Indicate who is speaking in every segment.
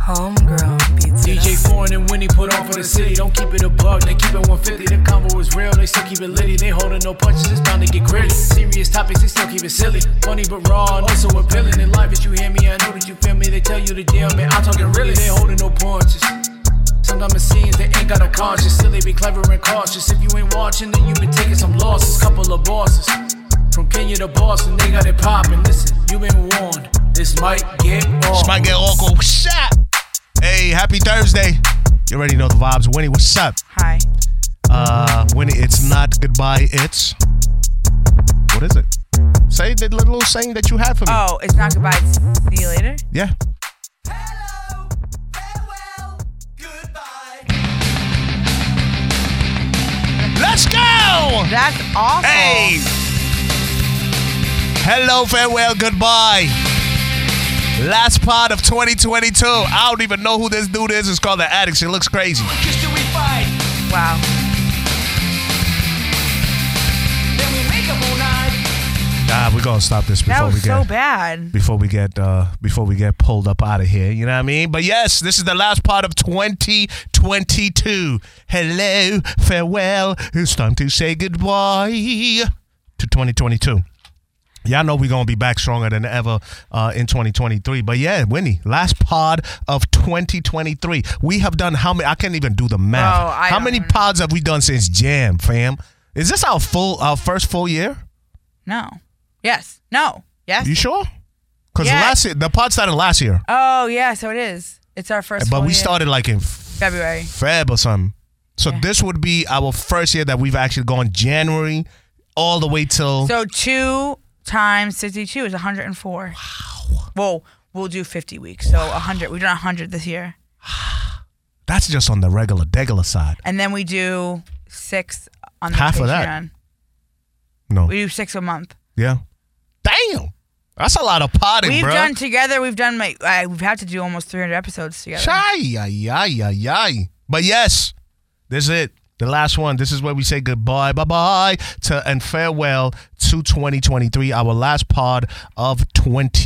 Speaker 1: Homegrown beats. it
Speaker 2: DJ
Speaker 1: up.
Speaker 2: Foreign and Winnie put on for the city. Don't keep it a bug, they keep it 150. The convo is real, they still keep it litty. They holding no punches, it's bound to get gritty. Serious topics, they still keep it silly. Funny but raw, and also appealing. In life, if you hear me, I know that you feel me. They tell you the deal, man. I'm talking really. They holding no punches. Sometimes it seems they ain't got a conscience. Still, they be clever and cautious. If you ain't watching, then you been taking some losses. Couple of bosses. From Kenya to Boston, they got it poppin'. Listen, you been warned. This might get wrong.
Speaker 3: This might get awkward. What's up? Hey, happy Thursday. You already know the vibes. Winnie, what's up?
Speaker 1: Hi.
Speaker 3: Uh, Winnie, it's not goodbye, it's. What is it? Say the little saying that you had for me.
Speaker 1: Oh, it's not goodbye. It's see you later.
Speaker 3: Yeah. Let's go!
Speaker 1: That's awful.
Speaker 3: Hey! Hello, farewell, goodbye. Last part of 2022. I don't even know who this dude is. It's called The Addicts. It looks crazy.
Speaker 1: Wow.
Speaker 3: Nah, we're gonna stop this
Speaker 1: That
Speaker 3: before we
Speaker 1: was
Speaker 3: get
Speaker 1: so bad.
Speaker 3: before we get uh before we get pulled up out of here. You know what I mean? But yes, this is the last part of 2022. Hello, farewell. It's time to say goodbye to 2022. Y'all know we're gonna be back stronger than ever uh, in 2023. But yeah, Winnie, last pod of 2023. We have done how many? I can't even do the math.
Speaker 1: Oh, I
Speaker 3: how
Speaker 1: don't
Speaker 3: many
Speaker 1: know.
Speaker 3: pods have we done since Jam, fam? Is this our full, our first full year?
Speaker 1: No. Yes. No. Yes.
Speaker 3: You sure? Because
Speaker 1: Yeah.
Speaker 3: last year, the pod started last year,
Speaker 1: oh yeah. So it is. It's our first.
Speaker 3: but
Speaker 1: full
Speaker 3: we
Speaker 1: year.
Speaker 3: started like in
Speaker 1: February.
Speaker 3: Feb or something. So
Speaker 1: Yeah.
Speaker 3: this would be our first year that we've actually gone January all the way till.
Speaker 1: So two times sixty-two is one hundred and four. Wow. Whoa. We'll do fifty weeks. So hundred. We've done hundred this year,
Speaker 3: that's just on the regular degular side.
Speaker 1: and then we do six on the
Speaker 3: Half
Speaker 1: Patreon.
Speaker 3: of that. No.
Speaker 1: We do six a month.
Speaker 3: yeah. Damn. That's a lot of potting,
Speaker 1: We've
Speaker 3: bro.
Speaker 1: done together. We've done. my- I, we've had to do almost 300 episodes together.
Speaker 3: Chai, ay, ay, ay, ay. But yes, this is it. The last one. This is where we say goodbye, bye bye, to and farewell to 2023, our last pod of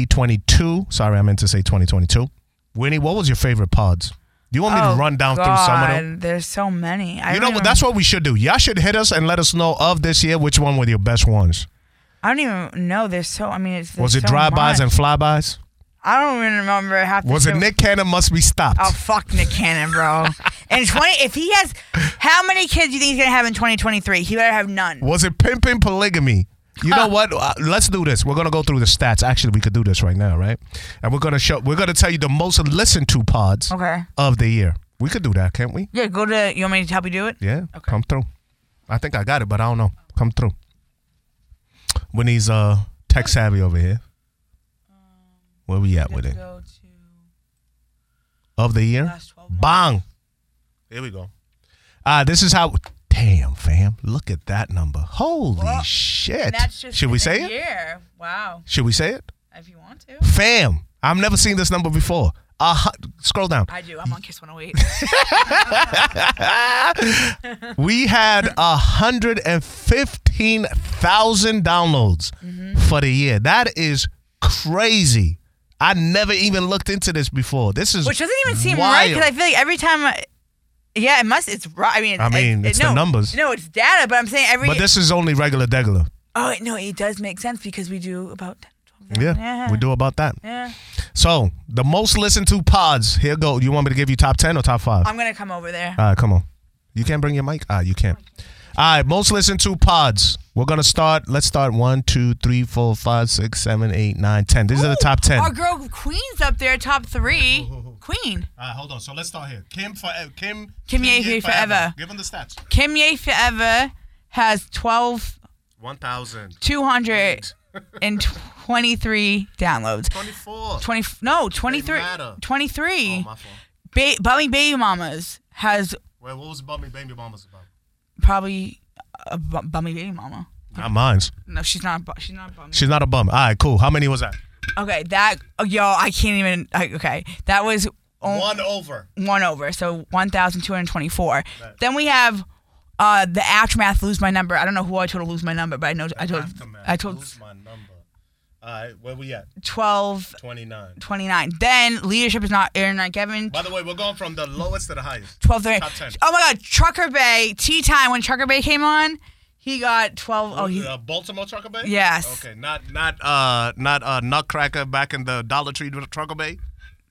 Speaker 3: 2022. Sorry, I meant to say 2022. Winnie, what was your favorite pods? Do you want me
Speaker 1: Oh,
Speaker 3: to run down through some of them?
Speaker 1: God, There's so many. I
Speaker 3: You
Speaker 1: don't
Speaker 3: know
Speaker 1: even,
Speaker 3: what? That's what we should do. Y'all should hit us and let us know of this year which one were your best ones.
Speaker 1: I don't even know. There's so. I mean, it's
Speaker 3: Was
Speaker 1: there's
Speaker 3: it
Speaker 1: so
Speaker 3: drive-bys and
Speaker 1: much.
Speaker 3: flybys?
Speaker 1: I don't even remember half. the
Speaker 3: Was it
Speaker 1: shit.
Speaker 3: Nick Cannon must be stopped?
Speaker 1: Oh fuck Nick Cannon, bro. in 20, if he has, how many kids do you think he's gonna have in 2023? He better have none.
Speaker 3: Was it pimping polygamy? You know what? Uh, Let's do this. We're gonna go through the stats. Actually, we could do this right now, right? And we're gonna show. We're gonna tell you the most listened to pods
Speaker 1: Okay.
Speaker 3: of the year. We could do that, can't we?
Speaker 1: Yeah, go to. You want me to help you do it?
Speaker 3: Yeah. Come through. I think I got it, but I don't know. Come through. When he's uh tech savvy over here. Where we at with it?
Speaker 1: Go
Speaker 3: Of the year.
Speaker 1: Last 12 months.
Speaker 3: Bang. Here we go. Uh, this is how. Damn, fam. Look at that number. Holy
Speaker 1: Well,
Speaker 3: shit.
Speaker 1: and that's just
Speaker 3: Should we
Speaker 1: in
Speaker 3: say
Speaker 1: a
Speaker 3: it?
Speaker 1: Year. Wow.
Speaker 3: Should we say it?
Speaker 1: If you want to.
Speaker 3: Fam, I've never seen this number before. Uh, scroll down.
Speaker 1: I do. I'm on Kiss 108.
Speaker 3: We had 115,000 downloads
Speaker 1: Mm-hmm.
Speaker 3: for the year. That is crazy. I never even looked into this before. This is
Speaker 1: Which doesn't even seem right because I
Speaker 3: wild.
Speaker 1: feel like every time, I, yeah, it must. It's right. I mean,
Speaker 3: I mean,
Speaker 1: it-
Speaker 3: it's
Speaker 1: no,
Speaker 3: the numbers.
Speaker 1: No, it's data, but I'm saying every.
Speaker 3: But this is only regular degular.
Speaker 1: oh no, it does make sense because we do about 10, 12,
Speaker 3: Yeah, we do about that.
Speaker 1: Yeah,
Speaker 3: So the most listened to pods. Here go. You want me to give you top ten or top five?
Speaker 1: I'm gonna come over there.
Speaker 3: All right, Ah, come on. You can't bring your mic? Ah, you can't. All right, most listened to pods. We're gonna start. Let's start one, two, three, four, five, six, seven, eight, nine, ten. These are the top ten.
Speaker 1: Our girl Queen's up there, top three. Queen.
Speaker 3: Uh, hold on. So let's start here. Kim forever. Kim.
Speaker 1: Kim Ye Hui forever.
Speaker 3: Give them the stats.
Speaker 1: Kim Ye Forever has
Speaker 3: 1,000. thousand.
Speaker 1: 1,223 downloads.
Speaker 3: Twenty-four.
Speaker 1: 20, no, 23.
Speaker 3: matter.
Speaker 1: 23.
Speaker 3: Oh, my fault.
Speaker 1: ba- Bummy Baby Mamas has
Speaker 3: Well, what was Bummy Baby Mama's about?
Speaker 1: probably a bu- Bummy Baby Mama.
Speaker 3: Not mine's.
Speaker 1: No, she's not. a bu- She's not a bummy.
Speaker 3: She's not a bum. All right, cool. How many was that?
Speaker 1: Okay, that oh, y'all, I can't even. I, okay, that was on-
Speaker 3: One over.
Speaker 1: one over, so 1,224. Then we have uh, the aftermath. Lose my number. I don't know who I told to lose my number, but I know I told I told
Speaker 3: Lose my number. All right, where we at?
Speaker 1: 12.
Speaker 3: Twenty-nine.
Speaker 1: 29. Then leadership is not Aaron Knight Kevin.
Speaker 3: By the way, we're going from the lowest to the highest.
Speaker 1: 12
Speaker 3: Top 10.
Speaker 1: Oh my God, Trucker Bay. Tea time. When Trucker Bay came on, he got 12. Oh, he,
Speaker 3: uh, Baltimore Trucker Bay.
Speaker 1: Yes.
Speaker 3: Okay, not not uh not uh Nutcracker back in the Dollar Tree Trucker Bay.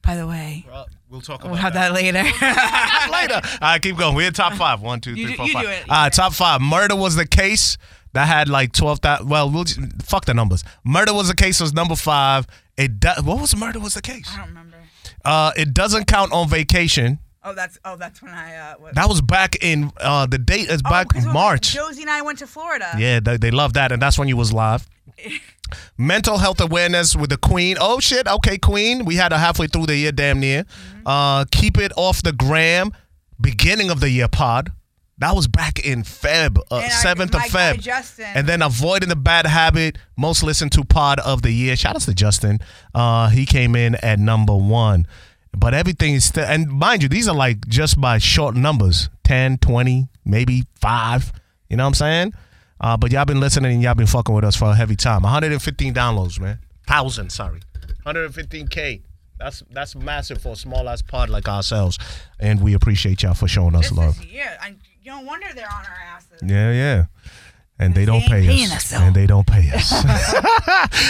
Speaker 1: by the way,
Speaker 3: Uh, we'll talk about
Speaker 1: we'll have
Speaker 3: that.
Speaker 1: that later.
Speaker 3: later. All right, keep going. We're in top five. One, two,
Speaker 1: You
Speaker 3: three,
Speaker 1: do-
Speaker 3: four,
Speaker 1: you
Speaker 3: five.
Speaker 1: do it.
Speaker 3: All right, top five. Murder was the case that had like twelve thousand. Well, we'll just, fuck the numbers. Murder was the case was number five. It do- what was murder was the case?
Speaker 1: I don't remember.
Speaker 3: Uh, it doesn't count on vacation.
Speaker 1: Oh, that's oh, that's when I uh, what,
Speaker 3: That was back in uh, the date is
Speaker 1: Oh,
Speaker 3: back
Speaker 1: 'cause when
Speaker 3: March.
Speaker 1: Josie and I went to Florida.
Speaker 3: Yeah, they, they love that, and that's when you was live. Mental health awareness with the Queen. Oh shit, okay, Queen. We had a halfway through the year, damn near.
Speaker 1: Mm-hmm.
Speaker 3: Uh, keep it off the gram. Beginning of the year pod. That was back in Feb, uh,
Speaker 1: And I-
Speaker 3: seventh of
Speaker 1: my guy
Speaker 3: Feb.
Speaker 1: Justin.
Speaker 3: And then avoiding the bad habit, most listened to pod of the year. Shout out to Justin. Uh, he came in at number one. But everything is still, and mind you, these are like just by short numbers 10, 20, maybe five. You know what I'm saying? Uh, but y'all been listening and y'all been fucking with us for a heavy time. 115 downloads, man. Thousand, sorry. 115K. That's that's massive for a small ass pod like ourselves. And we appreciate y'all for showing us
Speaker 1: This
Speaker 3: love.
Speaker 1: is, yeah, I, no wonder they're on our asses.
Speaker 3: Yeah, yeah. And they don't
Speaker 1: ain't
Speaker 3: pay
Speaker 1: paying
Speaker 3: us.
Speaker 1: us, though.
Speaker 3: and they don't pay us.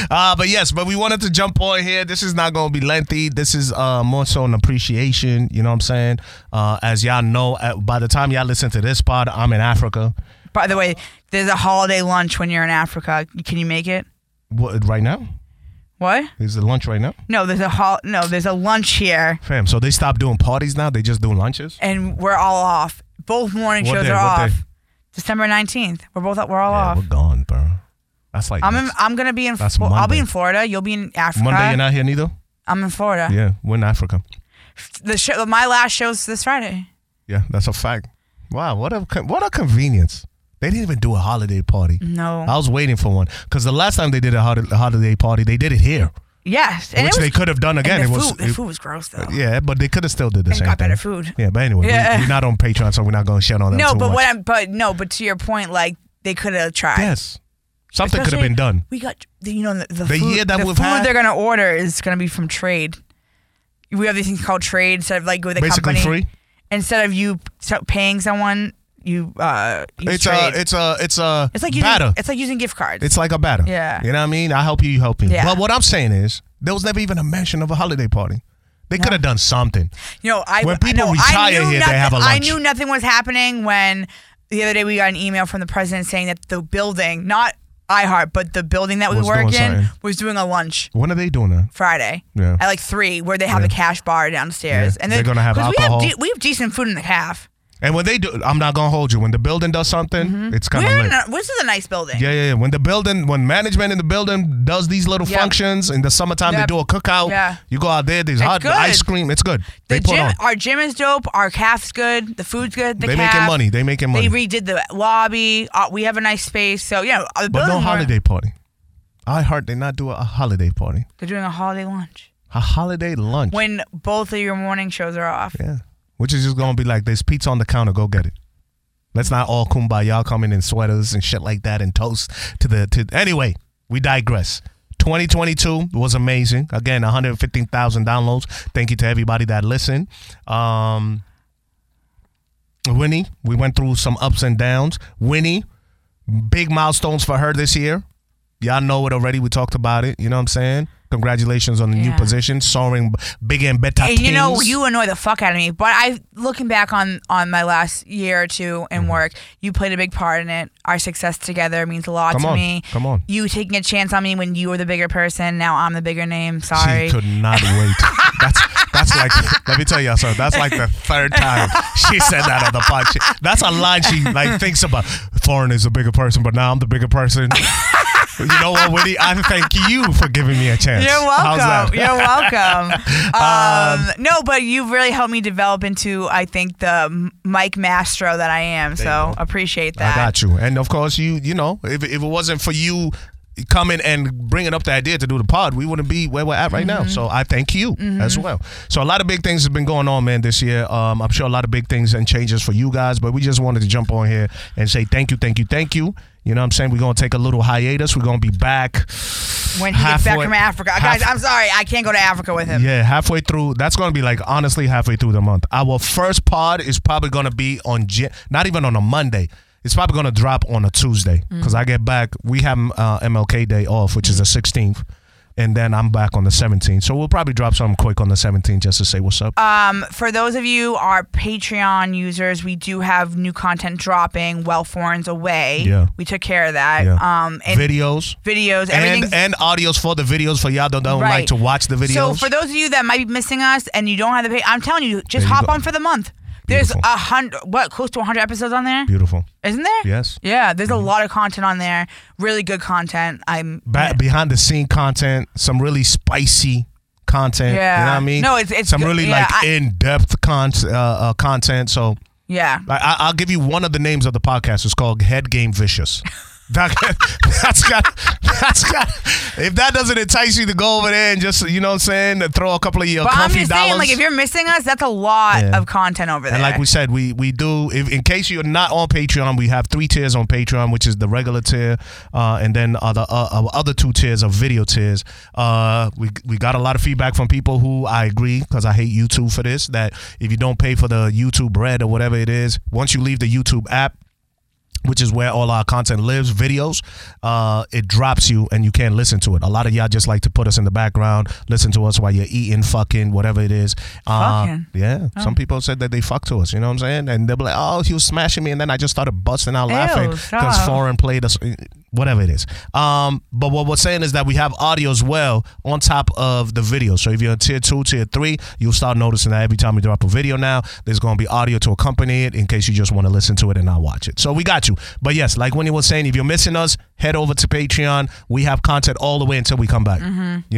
Speaker 3: uh, but yes, but we wanted to jump on here. This is not going to be lengthy. This is uh, more so an appreciation. You know what I'm saying? Uh, as y'all know, uh by the time y'all listen to this pod, I'm in Africa
Speaker 1: By the way, there's a holiday lunch when you're in Africa. Can you make it?
Speaker 3: what, right now.
Speaker 1: What?
Speaker 3: Is it lunch right now,
Speaker 1: No, there's a hol- No, there's a lunch here,
Speaker 3: fam? So they stopped doing parties now. They just doing lunches.
Speaker 1: and we're all off. Both morning
Speaker 3: What
Speaker 1: shows
Speaker 3: day?
Speaker 1: are
Speaker 3: What
Speaker 1: off.
Speaker 3: day?
Speaker 1: December 19th. We're both we're all
Speaker 3: Yeah,
Speaker 1: off.
Speaker 3: we're gone, bro. That's like
Speaker 1: I'm in,
Speaker 3: next-
Speaker 1: I'm gonna be in.
Speaker 3: That's
Speaker 1: Well, I'll be
Speaker 3: Monday.
Speaker 1: in Florida. You'll be in Africa.
Speaker 3: Monday. You're not here neither.
Speaker 1: I'm in Florida.
Speaker 3: Yeah, we're in Africa.
Speaker 1: The show, my last show's this Friday.
Speaker 3: Yeah, that's a fact. Wow, what a con- what a convenience. They didn't even do a holiday party.
Speaker 1: No.
Speaker 3: I was waiting for one because the last time they did a hol- holiday party, they did it here,
Speaker 1: yes, and it
Speaker 3: which
Speaker 1: was,
Speaker 3: they could have done
Speaker 1: and
Speaker 3: again.
Speaker 1: the
Speaker 3: it was
Speaker 1: food, the
Speaker 3: it-
Speaker 1: food was gross though.
Speaker 3: yeah, but they could have still did the
Speaker 1: And
Speaker 3: same
Speaker 1: got
Speaker 3: thing.
Speaker 1: better food.
Speaker 3: Yeah, but anyway,
Speaker 1: Yeah.
Speaker 3: We, are not on Patreon, so we're not going to shit on that.
Speaker 1: No,
Speaker 3: too
Speaker 1: but
Speaker 3: much.
Speaker 1: what I'm but no, but to your point, like they could have tried.
Speaker 3: yes, something could have
Speaker 1: Especially-
Speaker 3: been done.
Speaker 1: We got the- you know the, the,
Speaker 3: The
Speaker 1: food,
Speaker 3: year that
Speaker 1: the
Speaker 3: we've
Speaker 1: food
Speaker 3: had-
Speaker 1: they're gonna order is gonna be from trade. We have these things called trade instead of like go with the
Speaker 3: Basically
Speaker 1: company.
Speaker 3: free.
Speaker 1: Instead of you so- paying someone, you uh you
Speaker 3: It's
Speaker 1: trade.
Speaker 3: a, it's a, it's a
Speaker 1: It's like using
Speaker 3: batter.
Speaker 1: it's like using gift cards.
Speaker 3: It's like a batter.
Speaker 1: Yeah.
Speaker 3: You know what I mean? I help you, you help me.
Speaker 1: Yeah.
Speaker 3: But what I'm saying is, there was never even a mention of a holiday party. They could have done something.
Speaker 1: you know, I
Speaker 3: when people
Speaker 1: no, I
Speaker 3: retire
Speaker 1: knew
Speaker 3: here, they
Speaker 1: nothing,
Speaker 3: have a
Speaker 1: I
Speaker 3: lunch.
Speaker 1: knew nothing was happening when the other day we got an email from the president saying that the building, not iHeart, but the building that we
Speaker 3: Was doing
Speaker 1: work in,
Speaker 3: something.
Speaker 1: was doing a lunch.
Speaker 3: When are they doing that?
Speaker 1: Friday
Speaker 3: Yeah.
Speaker 1: at like three, where they have the cash bar downstairs,
Speaker 3: Yeah. They're gonna have
Speaker 1: 'cause
Speaker 3: alcohol.
Speaker 1: We have, de- we have decent food in the calf.
Speaker 3: And when they do, I'm not gonna hold you. When the building does something,
Speaker 1: Mm-hmm.
Speaker 3: it's kind of
Speaker 1: We're
Speaker 3: lit.
Speaker 1: in a, this is a nice building.
Speaker 3: yeah, yeah, yeah. When the building, when management in the building does these little
Speaker 1: Yep.
Speaker 3: functions in the summertime,
Speaker 1: Yep.
Speaker 3: they do a cookout.
Speaker 1: Yeah.
Speaker 3: You go out there, there's hot
Speaker 1: good.
Speaker 3: ice cream. It's good.
Speaker 1: the
Speaker 3: they put
Speaker 1: gym,
Speaker 3: on.
Speaker 1: our gym is dope. Our calf's good. The food's good. The
Speaker 3: They
Speaker 1: calf.
Speaker 3: making money. They making money.
Speaker 1: They redid the lobby. Uh, we have a nice space. So yeah, uh, the
Speaker 3: but no
Speaker 1: building we're-
Speaker 3: holiday party. I heart they not do a, a holiday party.
Speaker 1: They're doing a holiday lunch
Speaker 3: A holiday lunch.
Speaker 1: when both of your morning shows are off.
Speaker 3: yeah. Which is just gonna be like there's pizza on the counter. Go get it. Let's not all kumbaya come in in sweaters and shit like that and toast to the to. Anyway, we digress. 2022 was amazing. Again, 115,000 downloads. Thank you to everybody that listened. Um, Winnie, we went through some ups and downs. Winnie, big milestones for her this year. Y'all know it already. We talked about it. You know what I'm saying? Congratulations on the new
Speaker 1: Yeah.
Speaker 3: position, soaring big and better.
Speaker 1: And you know
Speaker 3: things.
Speaker 1: you annoy the fuck out of me, but I looking back on on my last year or two in
Speaker 3: Mm-hmm.
Speaker 1: work, you played a big part in it. Our success together means a lot
Speaker 3: Come
Speaker 1: to
Speaker 3: on.
Speaker 1: me.
Speaker 3: Come on.
Speaker 1: you taking a chance on me when you were the bigger person. Now I'm the bigger name.
Speaker 3: She
Speaker 1: Sorry,
Speaker 3: could not wait. That's That's like, let me tell y'all something. That's like the third time she said that on the pod. She- that's a line she like thinks about. Foreign is a bigger person, but now I'm the bigger person. you know what, Whitney? I thank you for giving me a chance.
Speaker 1: You're
Speaker 3: How's that?
Speaker 1: welcome. You're welcome. Um, no, but you've really helped me develop into, I think, the m- Mike Mastro that I am. So appreciate that.
Speaker 3: I got you. And of course, you you know, if, if it wasn't for you coming and bringing up the idea to do the pod, we wouldn't be where we're at right
Speaker 1: Mm-hmm.
Speaker 3: now. So I thank you as well. So a lot of big things have been going on, man, this year. Um, I'm sure a lot of big things and changes for you guys, but we just wanted to jump on here and say thank you, thank you, thank you. You know what I'm saying? We're going to take a little hiatus. We're going to be back.
Speaker 1: When he gets back
Speaker 3: halfway-
Speaker 1: from Africa, guys,
Speaker 3: half-
Speaker 1: I'm sorry, I can't go to Africa with him.
Speaker 3: Yeah, halfway through. That's going to be like honestly halfway through the month. Our first pod is probably going to be on Jan- not even on a Monday. It's probably going to drop on a Tuesday
Speaker 1: Mm.
Speaker 3: because I get back. We have uh, MLK Day off, which is the 16th, and then I'm back on the 17th. So we'll probably drop something quick on the 17th just to say what's up.
Speaker 1: for those of you our Patreon users, we do have new content dropping. Well, foreign's away.
Speaker 3: Yeah.
Speaker 1: we took care of that.
Speaker 3: Yeah.
Speaker 1: Um, and
Speaker 3: videos
Speaker 1: videos, everything's
Speaker 3: and and audios for the videos for y'all that don't like to watch the videos.
Speaker 1: So for those of you that might be missing us and you don't have the pay, I'm telling you, just
Speaker 3: you
Speaker 1: hop
Speaker 3: go.
Speaker 1: on for the month. There's a
Speaker 3: Beautiful.
Speaker 1: hundred, what, close to 100 episodes on there,
Speaker 3: Beautiful.
Speaker 1: not there?
Speaker 3: Yes. Mm-hmm.
Speaker 1: Yeah, there's a lot of content on there. Really good content. I'm
Speaker 3: ba- behind the scene content, some really spicy content. You
Speaker 1: Yeah.
Speaker 3: know what I mean?
Speaker 1: No, it's- it's
Speaker 3: some
Speaker 1: good.
Speaker 3: really
Speaker 1: Yeah,
Speaker 3: like
Speaker 1: I-
Speaker 3: in depth con- uh, uh, content. So
Speaker 1: yeah.
Speaker 3: like, I- I'll give you one of the names of the podcast. It's called Head Game Vicious. That, that's got that's got if that doesn't entice you to go over there and just you know what I'm saying to throw a couple of your
Speaker 1: But I'm
Speaker 3: comfy
Speaker 1: just
Speaker 3: dollars
Speaker 1: saying, like, if you're missing us, that's a lot
Speaker 3: Yeah.
Speaker 1: of content over there.
Speaker 3: and like we said, we we do. If, in case you're not on Patreon, we have three tiers on Patreon, which is the regular tier, uh, and then other uh, uh, other two tiers are video tiers. Uh, we we got a lot of feedback from people who I agree because I hate YouTube for this. That if you don't pay for the YouTube Red or whatever it is, once you leave the YouTube app, which is where all our content lives, videos. Uh, it drops you and you can't listen to it. A lot of y'all just like to put us in the background, listen to us while you're eating, fucking, whatever it is. Uh,
Speaker 1: Fucking? Oh.
Speaker 3: Yeah. Some people said that they fuck to us, you know what I'm saying? And they'll be like, oh, he was smashing me. And then I just started busting out laughing because
Speaker 1: stop.
Speaker 3: foreign played us, whatever it is. Um, but what we're saying is that we have audio as well on top of the video. So if you're in tier two, tier three, you'll start noticing that every time we drop a video now, there's going to be audio to accompany it in case you just want to listen to it and not watch it. So we got you. But yes, like Winnie was saying, if you're missing us, head over to Patreon. We have content all the way until we come back. You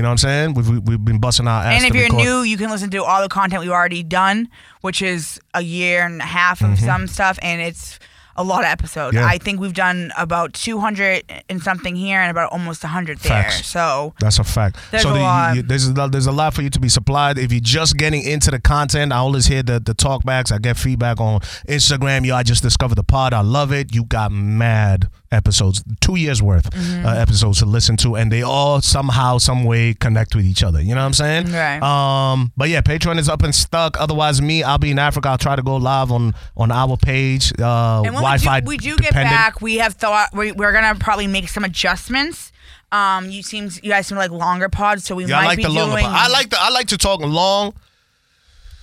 Speaker 3: know what I'm saying? We've, we've been busting our ass.
Speaker 1: Mm-hmm. and if
Speaker 3: to
Speaker 1: you're
Speaker 3: record.
Speaker 1: new, you can listen to all the content we've already done, which is a year and a half of some stuff, and it's a lot of episodes.
Speaker 3: Mm-hmm. Yeah.
Speaker 1: I think we've done about 200 and something here, and about almost 100 there.
Speaker 3: Facts.
Speaker 1: So
Speaker 3: That's a fact.
Speaker 1: There's
Speaker 3: so
Speaker 1: a
Speaker 3: the,
Speaker 1: lot.
Speaker 3: You, there's a, there's a lot for you to be supplied. If you're just getting into the content, I always hear the the talkbacks. I get feedback on Instagram. Yo, I just discovered the pod. I love it. You got mad episodes, two years worth
Speaker 1: Mm-hmm.
Speaker 3: uh, episodes to listen to, and they all somehow, some way connect with each other. You know what I'm saying?
Speaker 1: Right.
Speaker 3: Um, but yeah, Patreon is up and stuck. Otherwise, me, I'll be in Africa. I'll try to go live on on our page. Uh,
Speaker 1: And when we
Speaker 3: Wi-Fi.
Speaker 1: do, we do get
Speaker 3: dependent.
Speaker 1: back, we have thought we, we're gonna probably make some adjustments. Um, you seems you guys seem like longer pods, so we
Speaker 3: Yeah,
Speaker 1: might
Speaker 3: I like
Speaker 1: be
Speaker 3: the long.
Speaker 1: doing.
Speaker 3: I like the I like to talk long.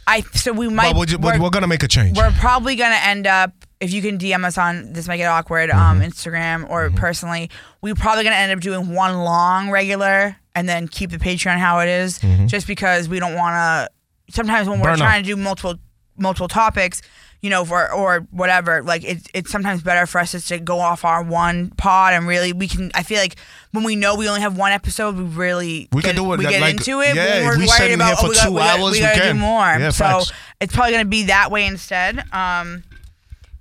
Speaker 1: I so we might.
Speaker 3: but we're, ju-
Speaker 1: we're,
Speaker 3: we're gonna make a change.
Speaker 1: we're probably gonna end up if you can DM us on this might get awkward um Instagram or personally. We're probably gonna end up doing one long regular and then keep the Patreon how it is, just because we don't want to. Sometimes when we're
Speaker 3: Burn out.
Speaker 1: trying to do multiple multiple topics. You know, for or whatever, like it's it's sometimes better for us just to go off our one pod and really we can. I feel like when we know we only have one episode, we really
Speaker 3: We
Speaker 1: get,
Speaker 3: can do it
Speaker 1: We
Speaker 3: that,
Speaker 1: get
Speaker 3: like,
Speaker 1: into it.
Speaker 3: yeah,
Speaker 1: when
Speaker 3: if
Speaker 1: we're
Speaker 3: we
Speaker 1: worried
Speaker 3: sitting
Speaker 1: about,
Speaker 3: here
Speaker 1: oh,
Speaker 3: for
Speaker 1: we got-
Speaker 3: two
Speaker 1: we got-
Speaker 3: hours,
Speaker 1: we
Speaker 3: we
Speaker 1: gotta
Speaker 3: can.
Speaker 1: do more.
Speaker 3: Yeah,
Speaker 1: so
Speaker 3: facts.
Speaker 1: it's probably gonna be that way instead. Um,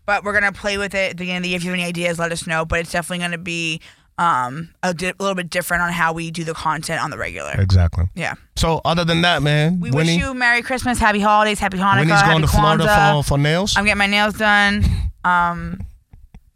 Speaker 1: but we're gonna play with it at the beginning of the year. If you have any ideas, let us know. But it's definitely gonna be um a di- little bit different on how we do the content on the regular.
Speaker 3: Exactly.
Speaker 1: Yeah.
Speaker 3: So other than that, man,
Speaker 1: We
Speaker 3: Winnie,
Speaker 1: wish you Merry Christmas, Happy Holidays, Happy Hanukkah,
Speaker 3: Winnie's
Speaker 1: Happy
Speaker 3: going to Florida
Speaker 1: Kwanzaa.
Speaker 3: for, for nails.
Speaker 1: I'm getting my nails done. Um,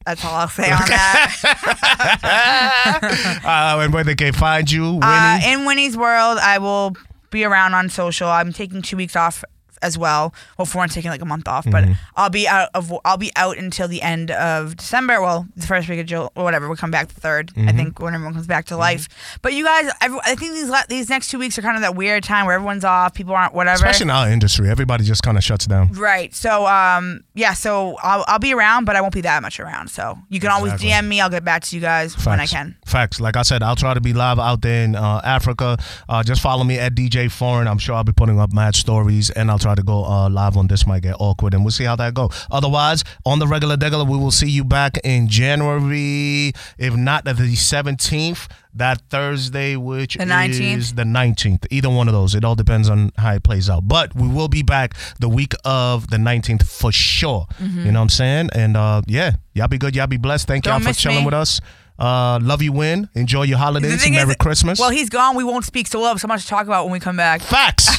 Speaker 1: that's all I'll say on that.
Speaker 3: uh, and where they can find you, Winnie.
Speaker 1: Uh, in Winnie's World, I will be around on social. I'm taking two weeks off as well. Hopefully, I'm taking like a month off,
Speaker 3: Mm-hmm.
Speaker 1: but I'll be out of I'll be out until the end of December. Well, the first week of July, or whatever. We'll come back the 3rd I
Speaker 3: Mm-hmm.
Speaker 1: think, when everyone comes back to life. But you guys, every, I think these la- these next two weeks are kind of that weird time where everyone's off, people aren't whatever.
Speaker 3: Especially in our industry, everybody just kind of shuts down.
Speaker 1: Right. So, um, yeah. So I'll, I'll be around, but I won't be that much around. So you can always
Speaker 3: Exactly.
Speaker 1: DM me. I'll get back to you guys when I
Speaker 3: Facts.
Speaker 1: can.
Speaker 3: Facts. Like I said, I'll try to be live out there in uh, Africa. Uh, just follow me at DJ Foreign. I'm sure I'll be putting up mad stories, and I'll try to go uh, live on this. Might get awkward, and we'll see how that go. Otherwise, on the regular degular, we will see you back in January, if not the 17th. That Thursday, which
Speaker 1: The 19th?
Speaker 3: is the 19th, either one of those. It all depends on how it plays out. But we will be back the week of the 19th for sure.
Speaker 1: Mm-hmm.
Speaker 3: You know what I'm saying? And uh, yeah, y'all be good. Y'all be blessed. Thank
Speaker 1: Don't
Speaker 3: y'all for
Speaker 1: miss
Speaker 3: chilling
Speaker 1: me.
Speaker 3: with us. Uh, love you, win. Enjoy your
Speaker 1: The
Speaker 3: holidays.
Speaker 1: thing
Speaker 3: Merry
Speaker 1: is-
Speaker 3: Christmas.
Speaker 1: Well, he's gone. We won't speak, so we'll have so much to talk about when we come back.
Speaker 3: Facts.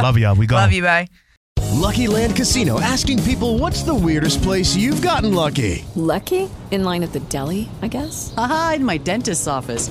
Speaker 3: love y'all. We go.
Speaker 1: Love you. Bye.
Speaker 4: Lucky Land Casino asking people what's the weirdest place you've gotten lucky?
Speaker 5: Lucky? In line at the deli, I guess?
Speaker 6: Aha, in my dentist's office.